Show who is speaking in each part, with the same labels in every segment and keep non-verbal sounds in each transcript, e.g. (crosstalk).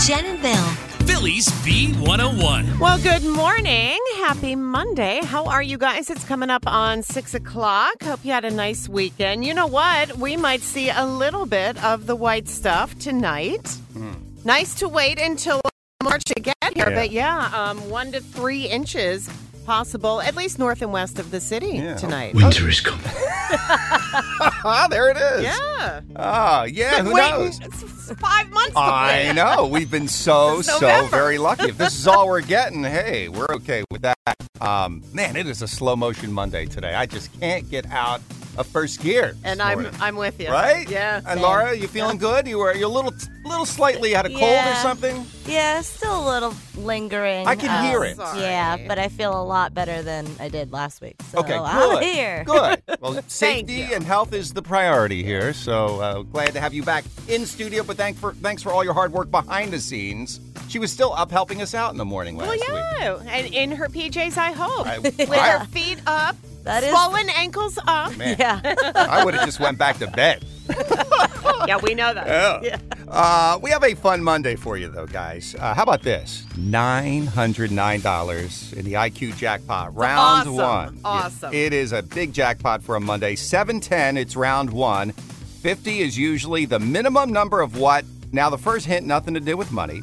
Speaker 1: Jen and Bill.
Speaker 2: Phillies B101.
Speaker 3: Well, good morning. Happy Monday. How are you guys? It's coming up on six o'clock. Hope you had a nice weekend. You know what? We might see a little bit of the white stuff tonight. Nice to wait until March to get here,
Speaker 4: Hmm. Yeah.
Speaker 3: but yeah, um, one to three inches possible, at least north and west of the city
Speaker 4: Yeah.
Speaker 3: tonight.
Speaker 5: Winter is coming.
Speaker 4: Ah, there it is.
Speaker 3: Yeah.
Speaker 4: Ah, yeah.
Speaker 3: Been
Speaker 4: Who
Speaker 3: waiting (laughs)
Speaker 4: knows?
Speaker 3: s- five months. to
Speaker 4: I
Speaker 3: wait.
Speaker 4: know. We've been so,
Speaker 3: Since
Speaker 4: so
Speaker 3: November.
Speaker 4: very lucky. If this is all
Speaker 3: (laughs)
Speaker 4: we're getting, hey, we're okay with that. Um, man, it is a slow motion Monday today. I just can't get out of first gear. this
Speaker 3: And I'm
Speaker 4: morning.
Speaker 3: I'm with you.
Speaker 4: right.
Speaker 3: Yeah.
Speaker 4: And
Speaker 3: same.
Speaker 4: Laura, you feeling good? You were you're a little, little slightly had a cold or
Speaker 5: Yeah.
Speaker 4: something.
Speaker 5: Yeah, still a little lingering. Oh,
Speaker 4: I can hear it.
Speaker 3: Sorry.
Speaker 5: Yeah, but I feel a lot better than I did last week. So
Speaker 4: okay, good.
Speaker 5: I'm here. (laughs)
Speaker 3: (laughs)
Speaker 4: Good. Well, safety
Speaker 3: you.
Speaker 4: and health is the priority here. So uh, glad to have you back in studio. But thank for thanks for all your hard work behind the scenes. She was still up helping us out in the morning last
Speaker 3: Well,
Speaker 4: week.
Speaker 3: yeah, and in her PJs, I hope,
Speaker 4: I-
Speaker 3: with
Speaker 4: I-
Speaker 3: her feet up,
Speaker 5: That is-
Speaker 3: swollen ankles up.
Speaker 4: Man,
Speaker 5: Yeah.
Speaker 4: I would have just went back to bed.
Speaker 3: Yeah, we know that.
Speaker 4: Uh, we have a fun Monday for you, though, guys. Uh, how about this? Nine hundred nine dollars in the IQ jackpot, round
Speaker 3: Awesome.
Speaker 4: one.
Speaker 3: Awesome.
Speaker 4: It is a big jackpot for a Monday. Seven ten. It's round one. Fifty is usually the minimum number of what? Now, the first hint, nothing to do with money.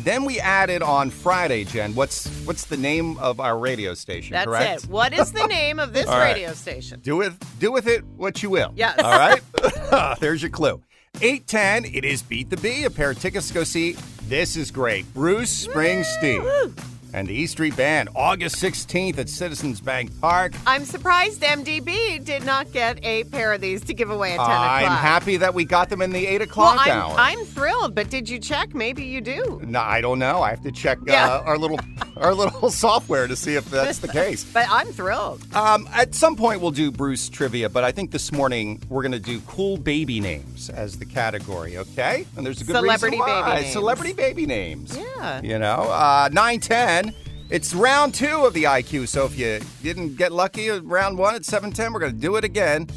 Speaker 4: Then we added on Friday, Jen. What's what's the name of our radio station?
Speaker 3: That's
Speaker 4: correct.
Speaker 3: it. What is the name of this
Speaker 4: (laughs) All right.
Speaker 3: radio station?
Speaker 4: Do with do with it what you will.
Speaker 3: Yes.
Speaker 4: All
Speaker 3: (laughs)
Speaker 4: right. (laughs) There's your clue. 810, it is Beat the Bee. A pair of tickets to go see This Is Great. Bruce Springsteen. And the E Street Band, August 16th at Citizens Bank Park.
Speaker 3: I'm surprised MDB did not get a pair of these to give away at 10
Speaker 4: I'm
Speaker 3: o'clock.
Speaker 4: happy that we got them in the 8
Speaker 3: Well,
Speaker 4: o'clock hour.
Speaker 3: I'm, I'm thrilled, but did you check? Maybe you do.
Speaker 4: no, I don't know. I have to check
Speaker 3: Yeah.
Speaker 4: uh, our little our little (laughs) software to see if
Speaker 3: (laughs)
Speaker 4: that's the case.
Speaker 3: But I'm thrilled.
Speaker 4: Um, at some point, we'll do Bruce trivia, but I think this morning we're going to do cool baby names as the category, okay? And there's a good
Speaker 3: Celebrity
Speaker 4: reason why.
Speaker 3: baby names.
Speaker 4: Celebrity baby names.
Speaker 3: Yeah.
Speaker 4: You know, uh, 910. It's round two of the IQ, so if you didn't get lucky at round one at 710, we're going to do it again.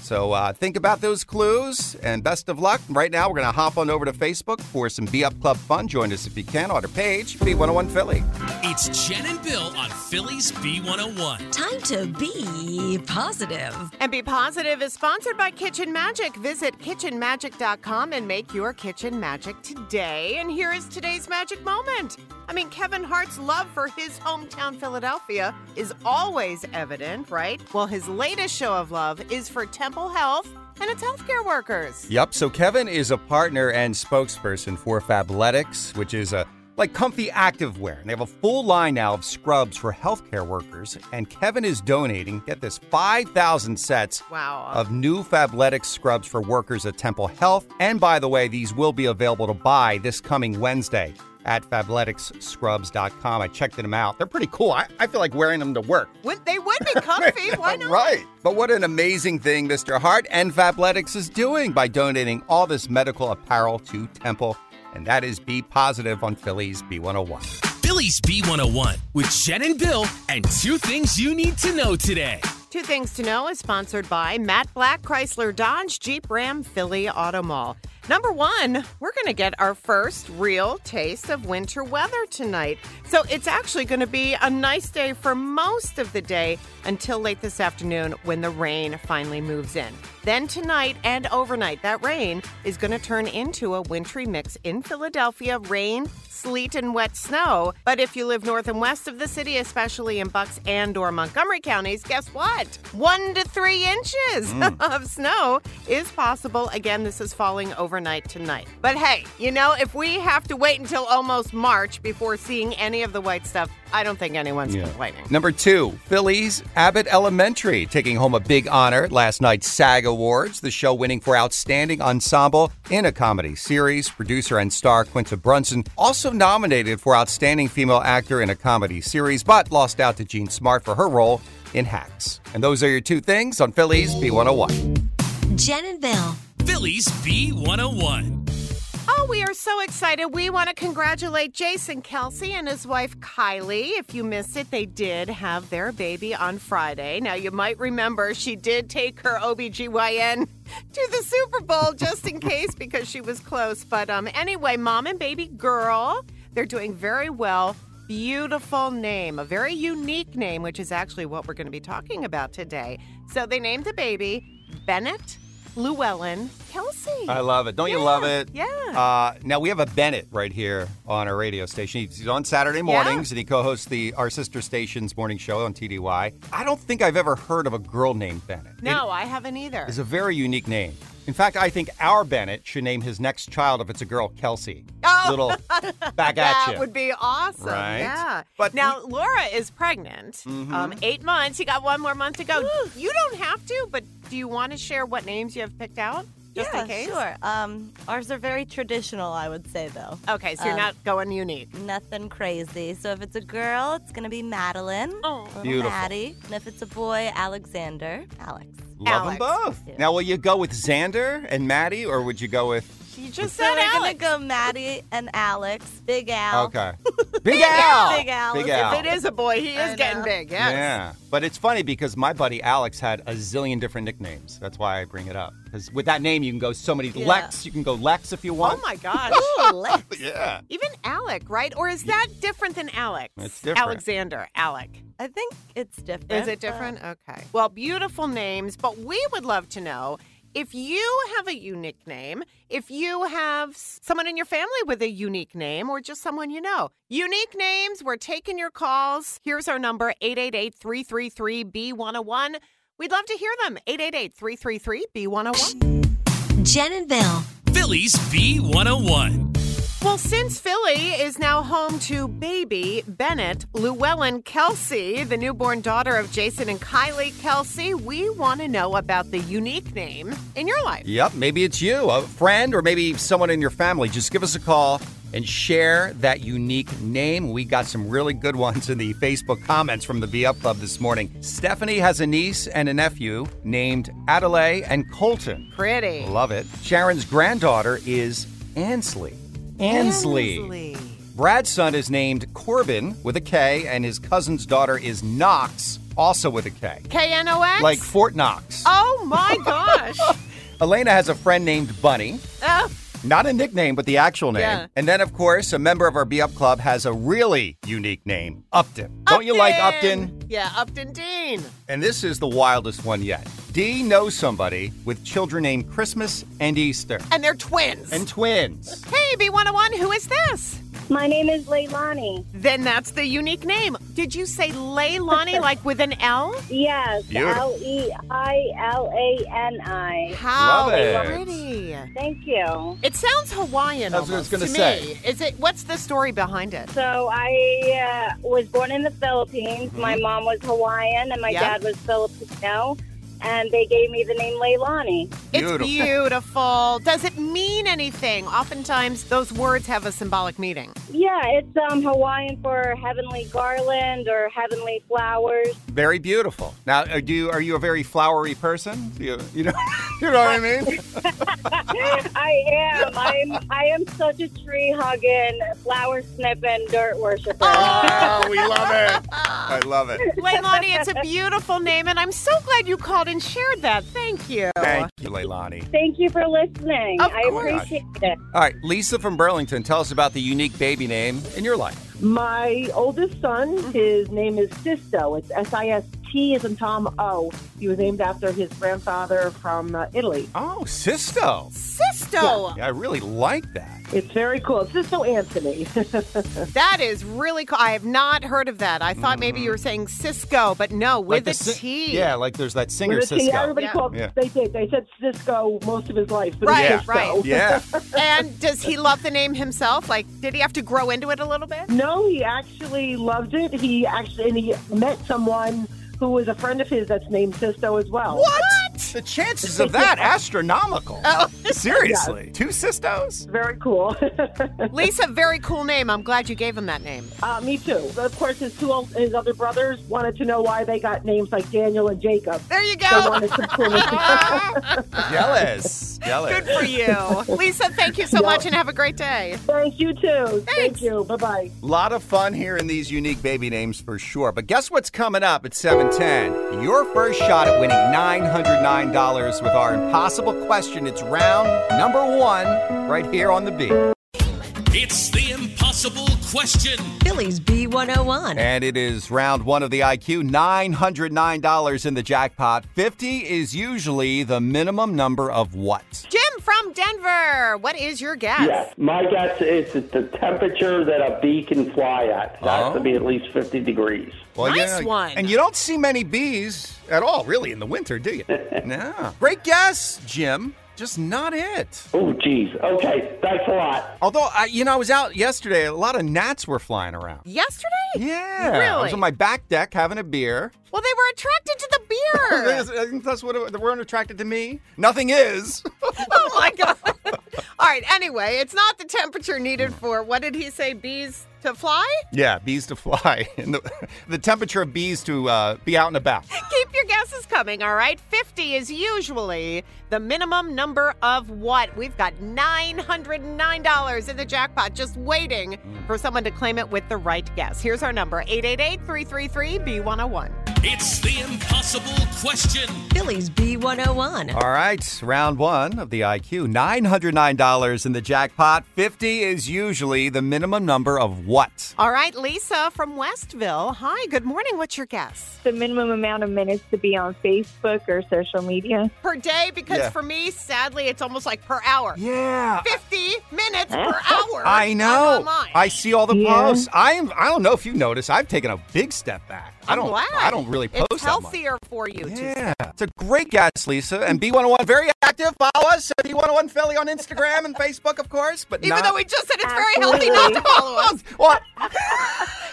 Speaker 4: So uh, think about those clues and best of luck. Right now, we're going to hop on over to Facebook for some Be Up Club fun. Join us if you can on our page, B101 Philly.
Speaker 2: It's Jen and Bill on Phillies B101.
Speaker 1: Time to be positive.
Speaker 3: And Be Positive is sponsored by Kitchen Magic. Visit kitchenmagic.com and make your kitchen magic today. And here is today's magic moment. I mean, Kevin Hart's love for his hometown Philadelphia is always evident, right? Well, his latest show of love is for Temple Health and its healthcare workers.
Speaker 4: Yep. So Kevin is a partner and spokesperson for Fabletics, which is a like comfy activewear. And they have a full line now of scrubs for healthcare workers. And Kevin is donating, get this, 5,000 sets
Speaker 3: Wow.
Speaker 4: of new Fabletics scrubs for workers at Temple Health. And by the way, these will be available to buy this coming Wednesday at fableticscrubs.com. I checked them out. They're pretty cool. I, I feel like wearing them to work.
Speaker 3: Would- they would be comfy. Why not?
Speaker 4: Right. But what an amazing thing Mr. Hart and Fabletics is doing by donating all this medical apparel to Temple. And that is Be Positive on Phillies B101.
Speaker 2: Phillies B101 with Jen and Bill and two things you need to know today.
Speaker 3: Two Things to Know is sponsored by Matt Black, Chrysler Dodge, Jeep Ram, Philly Auto Mall. Number one, we're going to get our first real taste of winter weather tonight. So it's actually going to be a nice day for most of the day until late this afternoon when the rain finally moves in. Then tonight and overnight, that rain is going to turn into a wintry mix in Philadelphia rain, sleet, and wet snow. But if you live north and west of the city, especially in Bucks and or Montgomery counties, guess what? One to three inches (laughs) of snow is possible. Again, this is falling overnight tonight. But hey, you know, if we have to wait until almost March before seeing any of the white stuff, I don't think anyone's complaining.
Speaker 4: Number two, Phillies Abbott Elementary taking home a big honor at last night's SAG Awards, the show winning for Outstanding Ensemble in a Comedy Series. Producer and star Quinta Brunson also nominated for Outstanding Female Actor in a Comedy Series, but lost out to Jean Smart for her role in Hacks. And those are your two things on oh Phillies B101.
Speaker 1: Jen and Bill.
Speaker 2: oh Phillies B101.
Speaker 3: Well, Oh, we are so excited. We want to congratulate Jason Kelsey and his wife Kylie. If you missed it, they did have their baby on Friday. Now, you might remember she did take her OBGYN to the Super Bowl just in case because she was close. But um, anyway, mom and baby girl, they're doing very well. Beautiful name, a very unique name, which is actually what we're going to be talking about today. So they named the baby Bennett Llewellyn Kelsey.
Speaker 4: I love it. Don't you
Speaker 3: Yeah,
Speaker 4: love it?
Speaker 3: yeah.
Speaker 4: Uh, now we have a Bennett right here on our radio station. He's he's on Saturday mornings and he co-hosts the our sister station's morning show on TDY. I don't think I've ever heard of a girl named Bennett.
Speaker 3: No, I haven't either.
Speaker 4: It is a very unique name. In fact, I think our Bennett should name his next child if it's a girl Kelsey.
Speaker 3: Oh.
Speaker 4: (laughs) Little back
Speaker 3: that
Speaker 4: at you.
Speaker 3: would be awesome.
Speaker 4: Right?
Speaker 3: Yeah.
Speaker 4: But Mm-hmm.
Speaker 3: now Laura is pregnant. Um, eight months. You got one more month to go. You don't have to, but do you want to share what names you have picked out? Just
Speaker 5: yeah,
Speaker 3: in case?
Speaker 5: sure. Um, ours are very traditional, I would say, though.
Speaker 3: Okay, so you're
Speaker 5: Um,
Speaker 3: not going unique.
Speaker 5: Nothing crazy. So if it's a girl, it's gonna be Madeline,
Speaker 3: Oh.
Speaker 5: little
Speaker 4: Beautiful.
Speaker 5: Maddie, and if it's a boy, Alexander, Alex.
Speaker 4: Love them
Speaker 3: Alex.
Speaker 4: both.
Speaker 5: Yeah.
Speaker 4: Now, will you go with Xander and Maddie, or would you go with
Speaker 3: She just
Speaker 5: So
Speaker 3: said
Speaker 5: we're
Speaker 3: Alex.
Speaker 5: gonna go Maddie and Alex, Big Al.
Speaker 3: (laughs)
Speaker 4: Okay, Big Al?
Speaker 5: Big Al.
Speaker 4: Big
Speaker 5: If
Speaker 4: Al.
Speaker 3: If it is a boy, he
Speaker 5: I
Speaker 3: is getting
Speaker 5: know.
Speaker 3: big. Yes.
Speaker 4: Yeah. But it's funny because my buddy Alex had a zillion different nicknames. That's why I bring it up. Because with that name, you can go so many
Speaker 5: Yeah.
Speaker 4: Lex. You can go Lex if you
Speaker 3: Oh
Speaker 4: want.
Speaker 3: my gosh.
Speaker 5: Ooh, Lex.
Speaker 4: Yeah.
Speaker 3: Even Alec, right? Or is that different than Alex?
Speaker 4: It's different.
Speaker 3: Alexander, Alec.
Speaker 5: I think it's different.
Speaker 3: Is
Speaker 5: but-
Speaker 3: it different? Okay. Well, beautiful names, but we would love to know if you have a unique name, if you have s- someone in your family with a unique name, or just someone you know. Unique names, we're taking your calls. Here's our number 888 333 B101. We'd love to hear them. 888 333 B101.
Speaker 1: Jen and Bill.
Speaker 2: Phillies B101.
Speaker 3: Well, since Philly is now home to baby Bennett Llewellyn Kelsey, the newborn daughter of Jason and Kylie Kelsey, we want to know about the unique name in your life.
Speaker 4: Yep. Maybe it's you, a friend, or maybe someone in your family. Just give us a call and share that unique name. We got some really good ones in the Facebook comments from the Be Up Club this morning. Stephanie has a niece and a nephew named Adelaide and Colton.
Speaker 3: Pretty.
Speaker 4: Love it. Sharon's granddaughter is Ansley. Ansley.
Speaker 3: Ansley.
Speaker 4: Brad's son is named Corbin with a K, and his cousin's daughter is Knox, also with a K.
Speaker 3: K-N-O-X?
Speaker 4: Like Fort Knox.
Speaker 3: Oh my
Speaker 4: (laughs)
Speaker 3: gosh.
Speaker 4: Elena has a friend named Bunny.
Speaker 3: Oh,
Speaker 4: Not a nickname, but the actual name.
Speaker 3: Yeah.
Speaker 4: And then, of course, a member of our Be Up Club has a really unique name Upton. Don't you like Upton?
Speaker 3: Yeah, Upton Dean.
Speaker 4: And this is the wildest one yet. Dee knows somebody with children named Christmas and Easter
Speaker 3: And they're twins.
Speaker 4: and twins.
Speaker 3: hey, B101, who is this?
Speaker 6: My name is Leilani.
Speaker 3: Then that's the unique name. Did you say
Speaker 4: (laughs)
Speaker 3: Leilani like with an L?
Speaker 6: Yes,
Speaker 4: Beautiful.
Speaker 6: L E I L A N I.
Speaker 3: How
Speaker 4: Love it.
Speaker 3: pretty.
Speaker 6: Thank you.
Speaker 3: It sounds Hawaiian.
Speaker 4: That's what I
Speaker 3: almost
Speaker 4: was gonna
Speaker 3: to
Speaker 4: say.
Speaker 3: Me. Is it? What's the story behind it?
Speaker 6: So I uh, was born in the Philippines. My mom was Hawaiian and my
Speaker 3: Yeah.
Speaker 6: dad was Filipino, and they gave me the name Leilani.
Speaker 4: Beautiful.
Speaker 3: It's beautiful. Does it mean anything? Oftentimes, those words have a symbolic meaning.
Speaker 6: Yeah, it's um, Hawaiian for heavenly garland or heavenly flowers.
Speaker 4: Very beautiful. Now, are you are you a very flowery person? Do you, you know, (laughs) you know what I mean?
Speaker 6: I am. I'm. I am such a tree hugging, flower snipping, dirt worshiper.
Speaker 4: Oh, we love it. I love it.
Speaker 6: (laughs)
Speaker 3: Leilani, it's a beautiful name, and I'm so glad you called and shared that. Thank you.
Speaker 4: Thank you, Leilani.
Speaker 6: Thank you for listening.
Speaker 3: Of
Speaker 6: I
Speaker 3: course.
Speaker 6: appreciate it.
Speaker 4: All right, Lisa from Burlington, tell us about the unique baby name in your life.
Speaker 7: My oldest son,
Speaker 3: Mm-hmm.
Speaker 7: his name is Sisto. It's S I S T as in Tom O. He was named after his grandfather from uh, Italy.
Speaker 4: Oh, Sisto.
Speaker 3: Sisto,
Speaker 4: Yeah, I really like that.
Speaker 7: It's very cool. Sisto Anthony.
Speaker 3: that is really cool. I have not heard of that. I thought maybe you were saying Cisco, but no, with
Speaker 4: Mm. Like the
Speaker 3: a T.
Speaker 4: si- Yeah, like there's
Speaker 7: (laughs)
Speaker 4: that singer
Speaker 7: With a T.
Speaker 4: Sisto.
Speaker 7: Everybody
Speaker 3: Yeah.
Speaker 7: called.
Speaker 4: Yeah.
Speaker 7: They did. They said Cisco most of his life. But
Speaker 3: Right,
Speaker 7: it's Sisto.
Speaker 3: right.
Speaker 4: Yeah.
Speaker 3: And does he love the name himself? Like, did he have to grow into it a little bit?
Speaker 7: No, he actually loved it. He actually and he met someone who was a friend of his that's named Sisto as well.
Speaker 3: What? much.
Speaker 4: The chances of
Speaker 7: (laughs)
Speaker 4: that astronomical.
Speaker 3: Oh.
Speaker 4: Seriously, two sistos?
Speaker 7: Very cool. (laughs)
Speaker 3: Lisa, very cool name. I'm glad you gave him that name.
Speaker 7: uh, me too. Of course, his two old, his other brothers wanted to know why they got names like Daniel and Jacob.
Speaker 3: There you
Speaker 7: They
Speaker 3: go.
Speaker 7: wanted some
Speaker 3: (laughs)
Speaker 7: cool-
Speaker 4: Jealous. Jealous.
Speaker 3: Good for you. Lisa, thank you so much and have a great day.
Speaker 7: Thank you too.
Speaker 3: Thanks.
Speaker 7: Thank you. Bye bye.
Speaker 4: lot of fun here in these unique baby names for sure. But guess what's coming up at 710? Your first shot at winning $909 with our impossible question. It's round number one right here on the beat.
Speaker 2: It's the impossible question.
Speaker 1: Phillies B101.
Speaker 4: And it is round one of the IQ, $909 in the jackpot. 50 is usually the minimum number of what?
Speaker 3: Jim from Denver, what is your guess?
Speaker 8: Yes, my guess is it's the temperature that a bee can fly at. It has to be at least 50 degrees.
Speaker 4: Well, you
Speaker 3: Nice
Speaker 4: know-
Speaker 3: one.
Speaker 4: And you don't see many bees at all, really, in the winter, do you? (laughs) no. Great guess, Jim. Just not it.
Speaker 8: Oh, geez. Okay, thanks a lot.
Speaker 4: Although, I, you know, I was out yesterday, a lot of gnats were flying around.
Speaker 3: Yesterday?
Speaker 4: Yeah.
Speaker 3: Really?
Speaker 4: I was on my back deck having a beer.
Speaker 3: well, they were attracted to the
Speaker 4: (laughs)
Speaker 3: beer.
Speaker 4: I think That's what it- they weren't attracted to me. Nothing is.
Speaker 3: (laughs) oh my god! All right. Anyway, it's not the temperature needed for what did he say? Bees to fly.
Speaker 4: yeah, bees to fly. (laughs) And the, the temperature of bees to uh, be out and about.
Speaker 3: Keep your guesses coming. All right. Fifty is usually the minimum number of what? We've got nine hundred nine dollars in the jackpot, just waiting for someone to claim it with the right guess. Here's our number: 888-333-B101.
Speaker 2: It's the impossible question.
Speaker 1: Phillies B101.
Speaker 4: All right, round one of the IQ. $909 in the jackpot. 50 is usually the minimum number of what?
Speaker 3: All right, Lisa from Westville. Hi. Good morning. What's your guess?
Speaker 9: the minimum amount of minutes to be on Facebook or social media.
Speaker 3: Per day, because
Speaker 4: Yeah.
Speaker 3: for me, sadly, it's almost like per hour.
Speaker 4: Yeah.
Speaker 3: 50 minutes per hour.
Speaker 4: I
Speaker 3: I'm
Speaker 4: know.
Speaker 3: online.
Speaker 4: I see all the
Speaker 9: Yeah.
Speaker 4: posts. I am I don't know if you notice, I've taken a big step back. I
Speaker 3: I'm
Speaker 4: don't
Speaker 3: glad.
Speaker 4: I don't really post
Speaker 3: It's healthier for you
Speaker 4: that much.
Speaker 3: to
Speaker 4: Yeah. It's a great guess, Lisa. And B101 very active. Follow us at B101 Philly on Instagram and Facebook, of course, but
Speaker 3: even
Speaker 4: not-
Speaker 3: though we just said it's very healthy not to follow us.
Speaker 4: (laughs) what?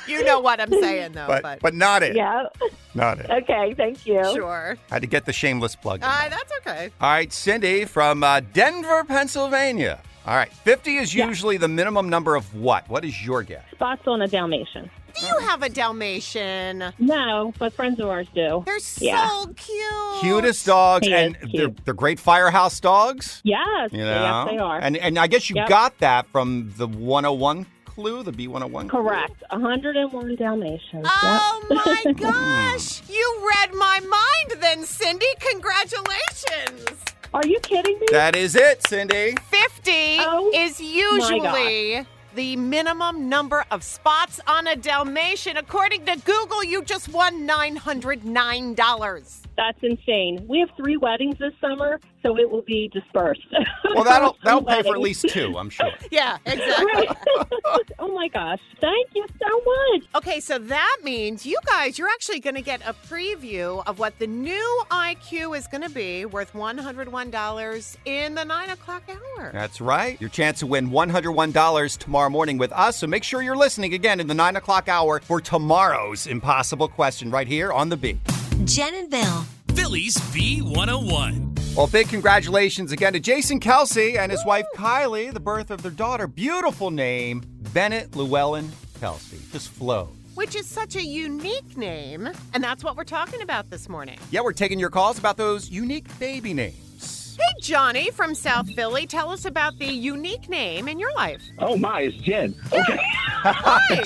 Speaker 3: You know what I'm saying, though. But,
Speaker 4: But but not it.
Speaker 9: Yeah.
Speaker 7: (laughs)
Speaker 4: Not it.
Speaker 9: Okay. Thank you.
Speaker 10: Oh.
Speaker 3: sure.
Speaker 4: I had to get the shameless plug. in.
Speaker 3: Uh, that's okay.
Speaker 4: All right, Cindy from uh, Denver, Pennsylvania. All right, 50 is usually the minimum number of what? What is your guess?
Speaker 10: spots on a Dalmatian.
Speaker 3: Do you have a Dalmatian?
Speaker 10: No, but friends of ours do.
Speaker 3: They're so
Speaker 10: Yeah. Oh,
Speaker 3: cute.
Speaker 4: Cutest dogs,
Speaker 10: Yeah,
Speaker 4: and
Speaker 10: cute.
Speaker 4: they're, they're great firehouse dogs.
Speaker 10: Yes,
Speaker 4: You know?
Speaker 10: yes, they are.
Speaker 4: And, and I guess you
Speaker 10: Yep.
Speaker 4: got that from the 101 clue, the B101 clue.
Speaker 10: Correct. 101 Dalmatians.
Speaker 3: Oh
Speaker 10: (laughs)
Speaker 3: my gosh! You read my mind then, Cindy. Congratulations!
Speaker 10: Yep. Are you kidding me?
Speaker 4: That is it, Cindy.
Speaker 3: 50
Speaker 10: Oh,
Speaker 3: is usually the minimum number of spots on a Dalmatian. According to Google, you just won $909.
Speaker 10: That's insane. We have three weddings this summer, so it will be dispersed. (laughs)
Speaker 4: Well,
Speaker 11: (laughs)
Speaker 4: that'll, that'll pay for at
Speaker 10: Weddings.
Speaker 4: least two, I'm sure.
Speaker 3: Yeah, exactly.
Speaker 4: (laughs)
Speaker 10: (laughs) oh my gosh. Thank you so much.
Speaker 3: okay, so that means you guys, you're actually going to get a preview of what the new IQ is going to be worth $101 in the 9 o'clock hour.
Speaker 4: That's right. Your chance to win $101 tomorrow morning with us. So make sure you're listening again in the 9 o'clock hour for tomorrow's impossible question right here on The Beat.
Speaker 1: Jen and Bill.
Speaker 2: Phillies B101.
Speaker 4: Well, big congratulations again to Jason Kelsey and his wife Kylie, the birth of their daughter. Beautiful name, Bennett Llewellyn Kelsey. Just flows.
Speaker 3: Which is such a unique name, and that's what we're talking about this morning.
Speaker 4: Yeah, we're taking your calls about those unique baby names.
Speaker 3: Hey, Johnny from South Philly, tell us about the unique name in your life.
Speaker 8: Oh, my, it's Jen. Okay,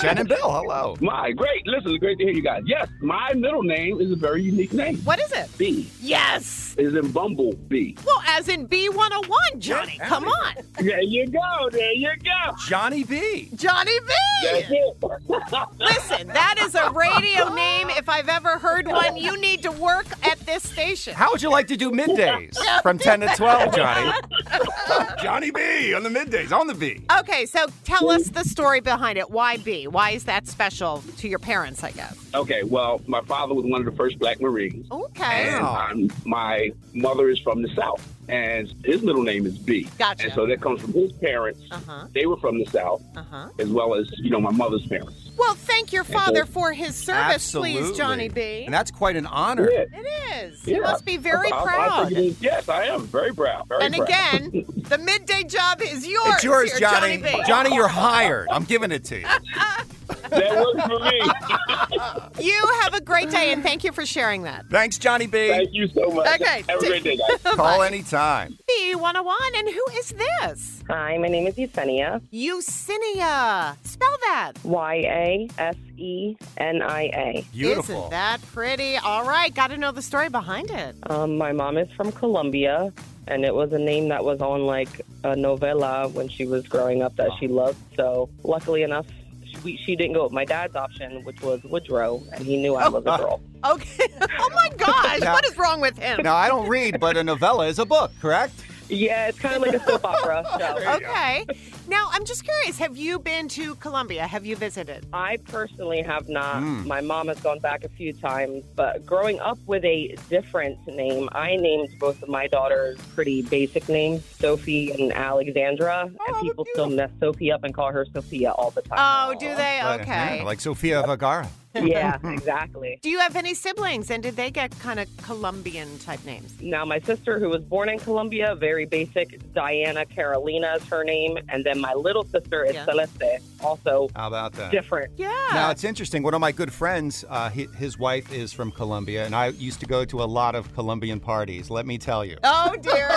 Speaker 4: Jen and Bill, hello.
Speaker 8: my, great. Listen, great to hear you guys. Yes, my middle name is a very unique name.
Speaker 3: What is it?
Speaker 8: B
Speaker 3: Yes.
Speaker 8: is in Bumblebee.
Speaker 3: Well, as in B101, Johnny. Come on.
Speaker 8: There you go. There you go.
Speaker 4: Johnny B.
Speaker 3: Johnny
Speaker 8: That's
Speaker 3: B.
Speaker 8: it.
Speaker 3: Listen, that is a radio name if I've ever heard one. You need to work at this station.
Speaker 4: How would you like to do middays from 10 to
Speaker 3: (laughs)
Speaker 4: 12, Johnny? Johnny B on the middays, on the B.
Speaker 3: Okay, so tell us the story behind it. Why B? Why is that special to your parents, I guess?
Speaker 12: Okay, well, my father was one of the first black Marines.
Speaker 3: Oh, Okay.
Speaker 12: And um, my mother is from the South, and his middle name is B.
Speaker 3: Gotcha.
Speaker 12: And so that comes from his parents.
Speaker 3: Uh-huh.
Speaker 12: They were from the South,
Speaker 3: Uh-huh.
Speaker 12: as well as, you know, my mother's parents.
Speaker 3: Well, thank your father for his service, please,
Speaker 12: Absolutely.
Speaker 3: Johnny B.
Speaker 4: And that's quite an honor.
Speaker 3: It is.
Speaker 12: Yeah.
Speaker 3: You must be very
Speaker 12: I- I- I
Speaker 3: proud.
Speaker 12: think it is- yes, I am. Very proud. Very
Speaker 3: and
Speaker 12: proud. (laughs)
Speaker 3: again, the midday job is yours.
Speaker 4: It's yours,
Speaker 3: here,
Speaker 4: Johnny.
Speaker 3: Johnny B.
Speaker 4: Johnny, you're hired. I'm giving
Speaker 3: (laughs)
Speaker 4: it to you.
Speaker 12: that works for me.
Speaker 3: You have a great day, and thank you for sharing that.
Speaker 4: Thanks, Johnny B.
Speaker 12: Thank you so much.
Speaker 3: Okay. Have a great day, guys.
Speaker 4: Call
Speaker 3: Bye.
Speaker 4: anytime.
Speaker 3: B101, and who is this?
Speaker 11: Hi, my name is Yesenia.
Speaker 3: Eusinia. Spell that.
Speaker 11: Y A S E N I A.
Speaker 3: Isn't that pretty? All right, got to know the story behind it.
Speaker 11: Um, my mom is from Colombia, and it was a name that was on like a novella when she was growing up that she loved. So, luckily enough, she, we, she didn't go with my dad's option, which was Woodrow, and he knew I was a girl.
Speaker 3: Okay. (laughs) oh my gosh,
Speaker 4: Now-
Speaker 3: what is wrong with him?
Speaker 4: Now, I don't read, but a novella is a book, correct?
Speaker 11: Yeah, it's kind of like a soap opera show.
Speaker 3: Okay. Now, I'm just curious. Have you been to Colombia? Have you visited?
Speaker 11: I personally have not.
Speaker 4: Hmm.
Speaker 11: My mom has gone back a few times, but growing up with a different name, I named both of my daughters pretty basic names, Sophie and Alexandra,
Speaker 3: Oh,
Speaker 11: and people still mess Sophie up and call her Sophia all the time.
Speaker 3: Oh, do they?
Speaker 4: But,
Speaker 3: Okay.
Speaker 4: yeah, like Sofia Vergara.
Speaker 3: (laughs)
Speaker 11: yeah, exactly.
Speaker 3: Do you have any siblings and did they get kind of Colombian type names?
Speaker 11: Now, my sister, who was born in Colombia, very basic, Diana Carolina is her name, and then my little sister is
Speaker 4: Yeah.
Speaker 11: Celeste, also
Speaker 4: How about that?
Speaker 11: different.
Speaker 3: Yeah.
Speaker 4: Now it's interesting. One of my good friends, uh, hi- his wife is from Colombia, and I used to go to a lot of Colombian parties. Let me tell you,
Speaker 3: Oh dear.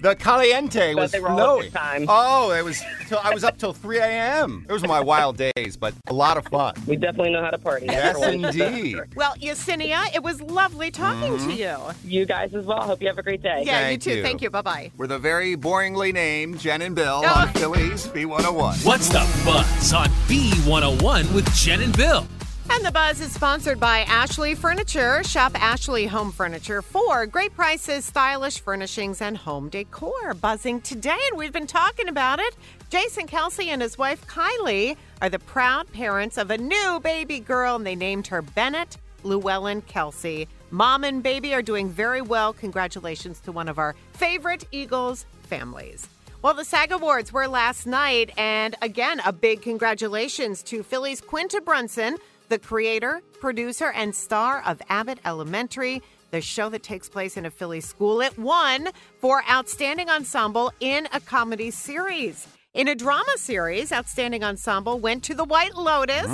Speaker 4: the caliente
Speaker 11: But
Speaker 4: was
Speaker 11: they were all
Speaker 4: flowing.
Speaker 11: good time.
Speaker 4: Oh, it was. Till, I was up till 3 a.m. It was my wild days, but a lot of fun.
Speaker 11: We definitely know how to party.
Speaker 4: Yes,
Speaker 11: everyone.
Speaker 4: indeed.
Speaker 3: well, Yesenia, it was lovely talking to you.
Speaker 11: You guys as well. Hope you have a great day.
Speaker 3: Yeah,
Speaker 4: Mm-hmm. Thank
Speaker 3: you too.
Speaker 4: you.
Speaker 3: Thank you. Bye bye.
Speaker 4: We're the very boringly named Jen and Bill on Phillies B101.
Speaker 2: What's the buzz on B101 with Jen and Bill?
Speaker 3: And the buzz is sponsored by Ashley Furniture. Shop Ashley Home Furniture for great prices, stylish furnishings, and home decor. Buzzing today, and we've been talking about it. Jason Kelsey and his wife Kylie are the proud parents of a new baby girl, and they named her Bennett Llewellyn Kelsey. Mom and baby are doing very well. Congratulations to one of our favorite Eagles families. Well, the SAG Awards were last night, and again, a big congratulations to Philly's Quinta Brunson, the creator, producer, and star of Abbott Elementary, the show that takes place in a Philly school. It won for Outstanding Ensemble in a Comedy Series. In a drama series, Outstanding Ensemble went to The White Lotus.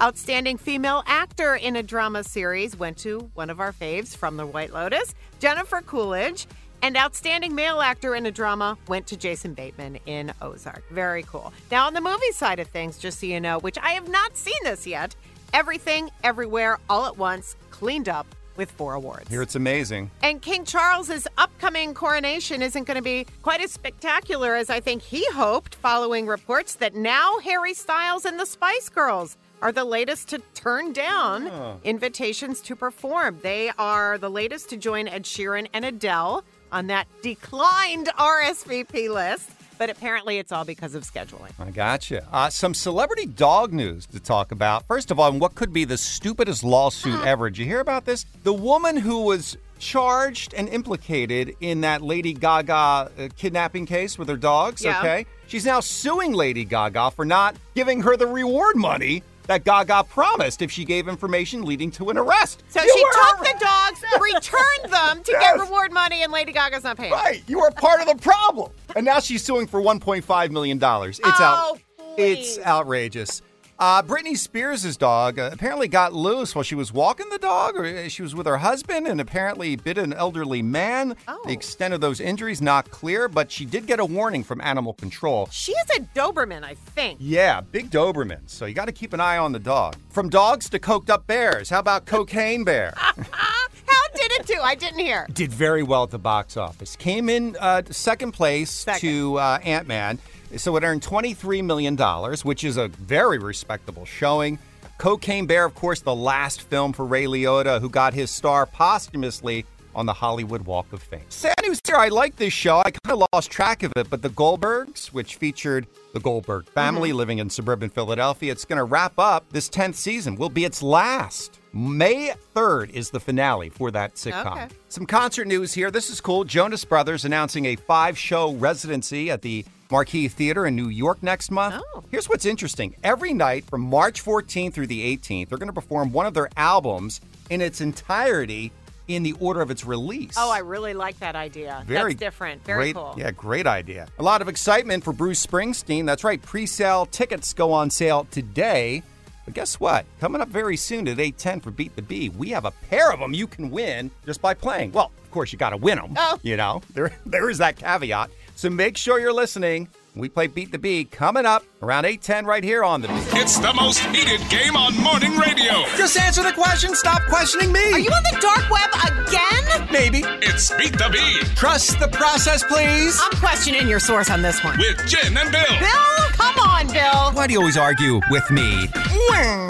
Speaker 3: Outstanding Female Actor in a Drama Series went to one of our faves from The White Lotus, Jennifer Coolidge. And Outstanding Male Actor in a Drama went to Jason Bateman in Ozark. Very cool. Now, on the movie side of things, just so you know, which I have not seen this yet, everything, everywhere, all at once, cleaned up with four awards.
Speaker 4: Here it's amazing.
Speaker 3: And King Charles's upcoming coronation isn't going to be quite as spectacular as I think he hoped, following reports that now Harry Styles and the Spice Girls are the latest to turn down
Speaker 4: Oh.
Speaker 3: invitations to perform. They are the latest to join Ed Sheeran and Adele on that declined RSVP list, but apparently it's all because of scheduling.
Speaker 4: I gotcha. Uh, some celebrity dog news to talk about. First of all, what could be the stupidest lawsuit ever? Did you hear about this? The woman who was charged and implicated in that Lady Gaga uh, kidnapping case with her dogs,
Speaker 3: Yeah.
Speaker 4: okay? She's now suing Lady Gaga for not giving her the reward money that Gaga promised if she gave information leading to an arrest.
Speaker 3: So
Speaker 4: You
Speaker 3: she
Speaker 4: were
Speaker 3: took
Speaker 4: arre-
Speaker 3: the dogs, returned them to
Speaker 4: Yes.
Speaker 3: get reward money, and Lady Gaga's not paying.
Speaker 4: Right, you are part of the problem. And now she's suing for 1.5 million dollars. It's out.
Speaker 3: Oh,
Speaker 4: It's outrageous. Uh, Britney Spears' dog uh, apparently got loose while she was walking the dog, or uh, she was with her husband, and apparently bit an elderly man. The extent of those injuries not clear, but she did get a warning from animal control.
Speaker 3: She is a Doberman, I think.
Speaker 4: Yeah, big Doberman. So you got to keep an eye on the dog. From dogs to coked up bears. How about cocaine bear?
Speaker 3: Ah, How did it do? I didn't hear.
Speaker 4: did very well at the box office. Came in uh, second place to uh, Ant Man. So it earned $23 million, which is a very respectable showing. Cocaine Bear, of course, the last film for Ray Liotta, who got his star posthumously on the Hollywood Walk of Fame. Sad news here. I like this show. I kind of lost track of it, but The Goldbergs, which featured the Goldberg family living in suburban Philadelphia, it's going to wrap up this 10th season, will be its last. May 3rd is the finale for that sitcom.
Speaker 3: Okay.
Speaker 4: Some concert news here. This is cool. Jonas Brothers announcing a five show residency at the Marquee Theater in New York next month.
Speaker 3: Oh.
Speaker 4: Here's what's interesting every night from March 14th through the 18th, they're going to perform one of their albums in its entirety in the order of its release.
Speaker 3: Oh, I really like that idea.
Speaker 4: Very
Speaker 3: That's different. Very
Speaker 4: great,
Speaker 3: cool.
Speaker 4: Yeah, great idea. A lot of excitement for Bruce Springsteen. That's right. Pre-sale tickets go on sale today. But guess what? Coming up very soon at 8:10 for Beat the Bee, we have a pair of them you can win just by playing. Well, of course you got to win them.
Speaker 3: Oh.
Speaker 4: You know, there (laughs) there is that caveat. So make sure you're listening. We play Beat the Bee coming up around 8:10 right here on the.
Speaker 2: It's the most heated game on morning radio.
Speaker 4: Just answer the question. Stop questioning me. Are you
Speaker 3: on the dark web again?
Speaker 4: Maybe.
Speaker 2: It's Beat the Bee
Speaker 4: Trust the process, please.
Speaker 3: I'm questioning your source on this one.
Speaker 2: with Jen and Bill.
Speaker 3: Bill, come on, Bill.
Speaker 4: Why do you always argue with me?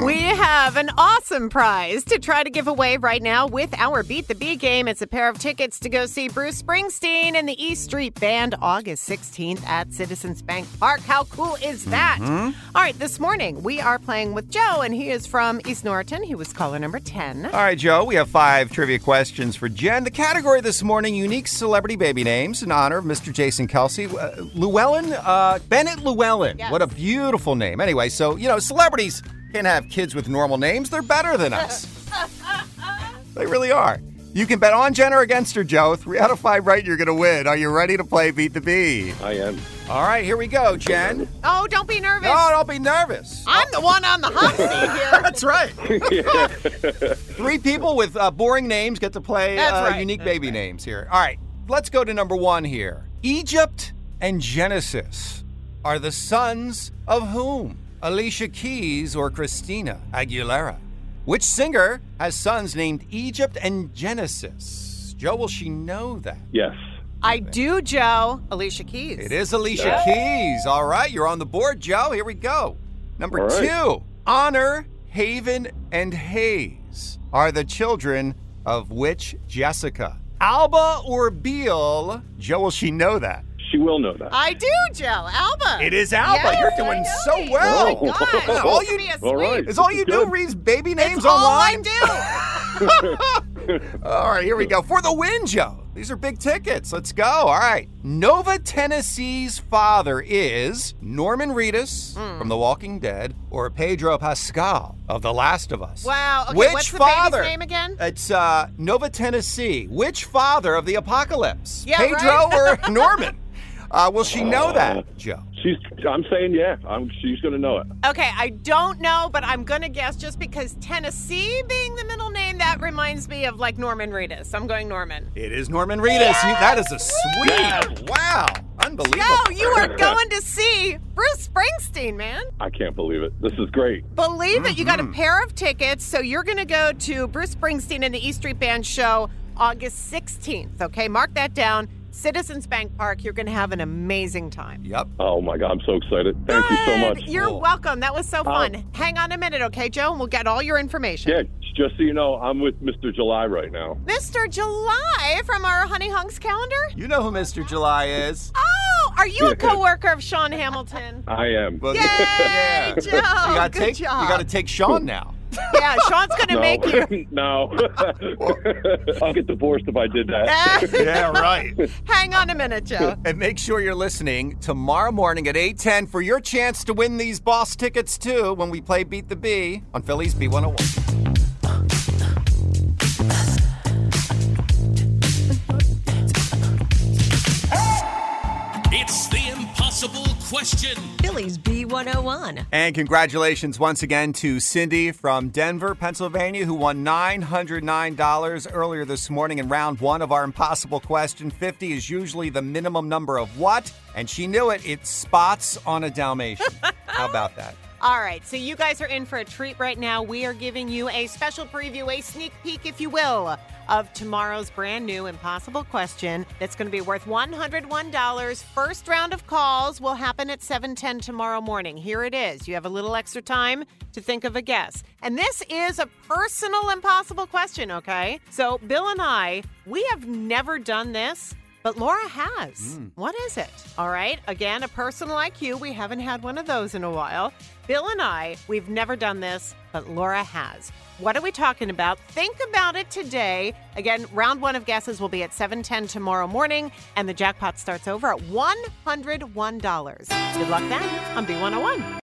Speaker 3: We have an awesome prize to try to give away right now with our Beat the Bee game. It's a pair of tickets to go see Bruce Springsteen and the E Street Band August 16th at Citizens Bank Park. How cool is that?
Speaker 4: Mm-hmm.
Speaker 3: All right, this morning we are playing with Joe, and he is from East Norriton. He was caller number 10.
Speaker 4: All right, Joe, we have five trivia questions for Jen. The category this morning unique celebrity baby names in honor of Mr. Jason Kelsey. Uh, Llewellyn, uh, Bennett Llewellyn.
Speaker 3: Yes.
Speaker 4: What a beautiful name. Anyway, so, you know, celebrities can have kids with normal names, they're better than us. they really are. You can bet on Jen or against her, Joe. Three out of five right, you're going to win. Are you ready to play Beat the Bee?
Speaker 12: I am.
Speaker 4: All right, here we go, Jen.
Speaker 3: Oh, don't be nervous.
Speaker 4: No, don't be nervous.
Speaker 3: I'm the one on the hot seat here.
Speaker 4: That's right. Three people with uh, boring names get to play
Speaker 3: That's
Speaker 4: uh,
Speaker 3: right.
Speaker 4: unique
Speaker 3: That's
Speaker 4: baby names here. All right, let's go to number one here. Egypt and Genesis are the sons of whom? Alicia Keys or Christina Aguilera? Which singer has sons named Egypt and Genesis? Joe, will she know that?
Speaker 12: Yes.
Speaker 3: I do, Joe. Alicia Keys.
Speaker 4: It is Alicia Keys. All right, you're on the board, Joe. Here we go. Number
Speaker 12: All right.
Speaker 4: two Honor, Haven, and Hayes are the children of which Jessica? Alba or Beal? Joe, will she know that?
Speaker 12: She will know that.
Speaker 3: I do, Joe. Alba.
Speaker 4: It is Alba.
Speaker 3: Yes,
Speaker 4: You're doing
Speaker 3: I know
Speaker 4: so
Speaker 3: it.
Speaker 4: well.
Speaker 3: Oh my gosh.
Speaker 4: All
Speaker 3: This
Speaker 4: you-
Speaker 3: could be a
Speaker 12: All right.
Speaker 3: sweep.
Speaker 4: Is all you do
Speaker 12: Good.
Speaker 4: reads baby names
Speaker 3: It's all I
Speaker 4: online?
Speaker 3: do.
Speaker 4: All right, here we go. For the win, Joe. These are big tickets. Let's go. All right. Nova, Tennessee's father is Norman Reedus
Speaker 3: Hmm.
Speaker 4: from The Walking Dead or Pedro Pascal of The Last of Us.
Speaker 3: Wow. Okay,
Speaker 4: Which
Speaker 3: what's the baby's
Speaker 4: father?
Speaker 3: name again?
Speaker 4: It's uh, Nova, Tennessee. Which father of the apocalypse?
Speaker 3: Yeah,
Speaker 4: Pedro
Speaker 3: (laughs)
Speaker 4: or Norman? Uh, will she know that, Joe?
Speaker 12: She's. I'm saying yeah. I'm. She's gonna know it.
Speaker 3: Okay, I don't know, but I'm going to guess just because Tennessee being the middle name, that reminds me of like Norman Reedus. I'm going Norman.
Speaker 4: It is Norman Reedus. You- that is a sweep. Wow. Unbelievable.
Speaker 3: Yo, you
Speaker 4: (laughs)
Speaker 3: are going to see Bruce Springsteen, man.
Speaker 12: I can't believe it. This is great.
Speaker 3: Believe it. You got a
Speaker 12: Mm-hmm.
Speaker 3: pair of tickets, so you're going to go to Bruce Springsteen and the E Street Band show August 16th. Okay, mark that down. Citizens Bank Park, you're going to have an amazing time.
Speaker 4: Yep.
Speaker 12: Oh my God, I'm so excited. Thank you so much. Uh,
Speaker 3: Good. You're
Speaker 4: Cool.
Speaker 3: welcome. That was so fun. Hang on a minute, okay, Joe, and we'll get all your information.
Speaker 12: Yeah, just so you know, I'm with Mr. July right now.
Speaker 3: Mr. July from our Honey Hunks calendar?
Speaker 4: You know who Mr. July is.
Speaker 3: Oh, are you a coworker of Sean
Speaker 12: (laughs)
Speaker 3: Hamilton?
Speaker 12: I am.
Speaker 4: Well, (laughs)
Speaker 3: Yay, Joe.
Speaker 4: You gotta
Speaker 3: Good
Speaker 4: take.
Speaker 3: job.
Speaker 4: You gotta take Sean now.
Speaker 3: Yeah, Sean's going to
Speaker 12: no,
Speaker 3: make
Speaker 12: (laughs)
Speaker 3: you. (laughs)
Speaker 12: no. I'll get divorced if I did that.
Speaker 4: yeah, right.
Speaker 3: Hang on a minute, Joe.
Speaker 4: (laughs) And make sure you're listening tomorrow morning at 8:10 for your chance to win these boss tickets too when we play Beat the Bee on Phillies B101.
Speaker 2: It's the impossible question.
Speaker 1: Phillies B101.
Speaker 4: And congratulations once again to Cindy from Denver, Pennsylvania, who won $909 earlier this morning in round one of our impossible question. 50 is usually the minimum number of what? And she knew it. It's spots on a
Speaker 3: (laughs)
Speaker 4: Dalmatian. How about that?
Speaker 3: All right, so you guys are in for a treat right now. We are giving you a special preview, a sneak peek, if you will, of tomorrow's brand new impossible question that's going to be worth $101. First round of calls will happen at 7:10 tomorrow morning. Here it is. You have a little extra time to think of a guess. And this is a personal impossible question, okay? So, Bill and I, we have never done this. But Laura has. What is it? All right. Again, a personal IQ. We haven't had one of those in a while. Bill and I, we've never done this, but Laura has. What are we talking about? Think about it today. Again, round one of guesses will be at 7:10 tomorrow morning, and the jackpot starts over at $101. Good luck then on B101.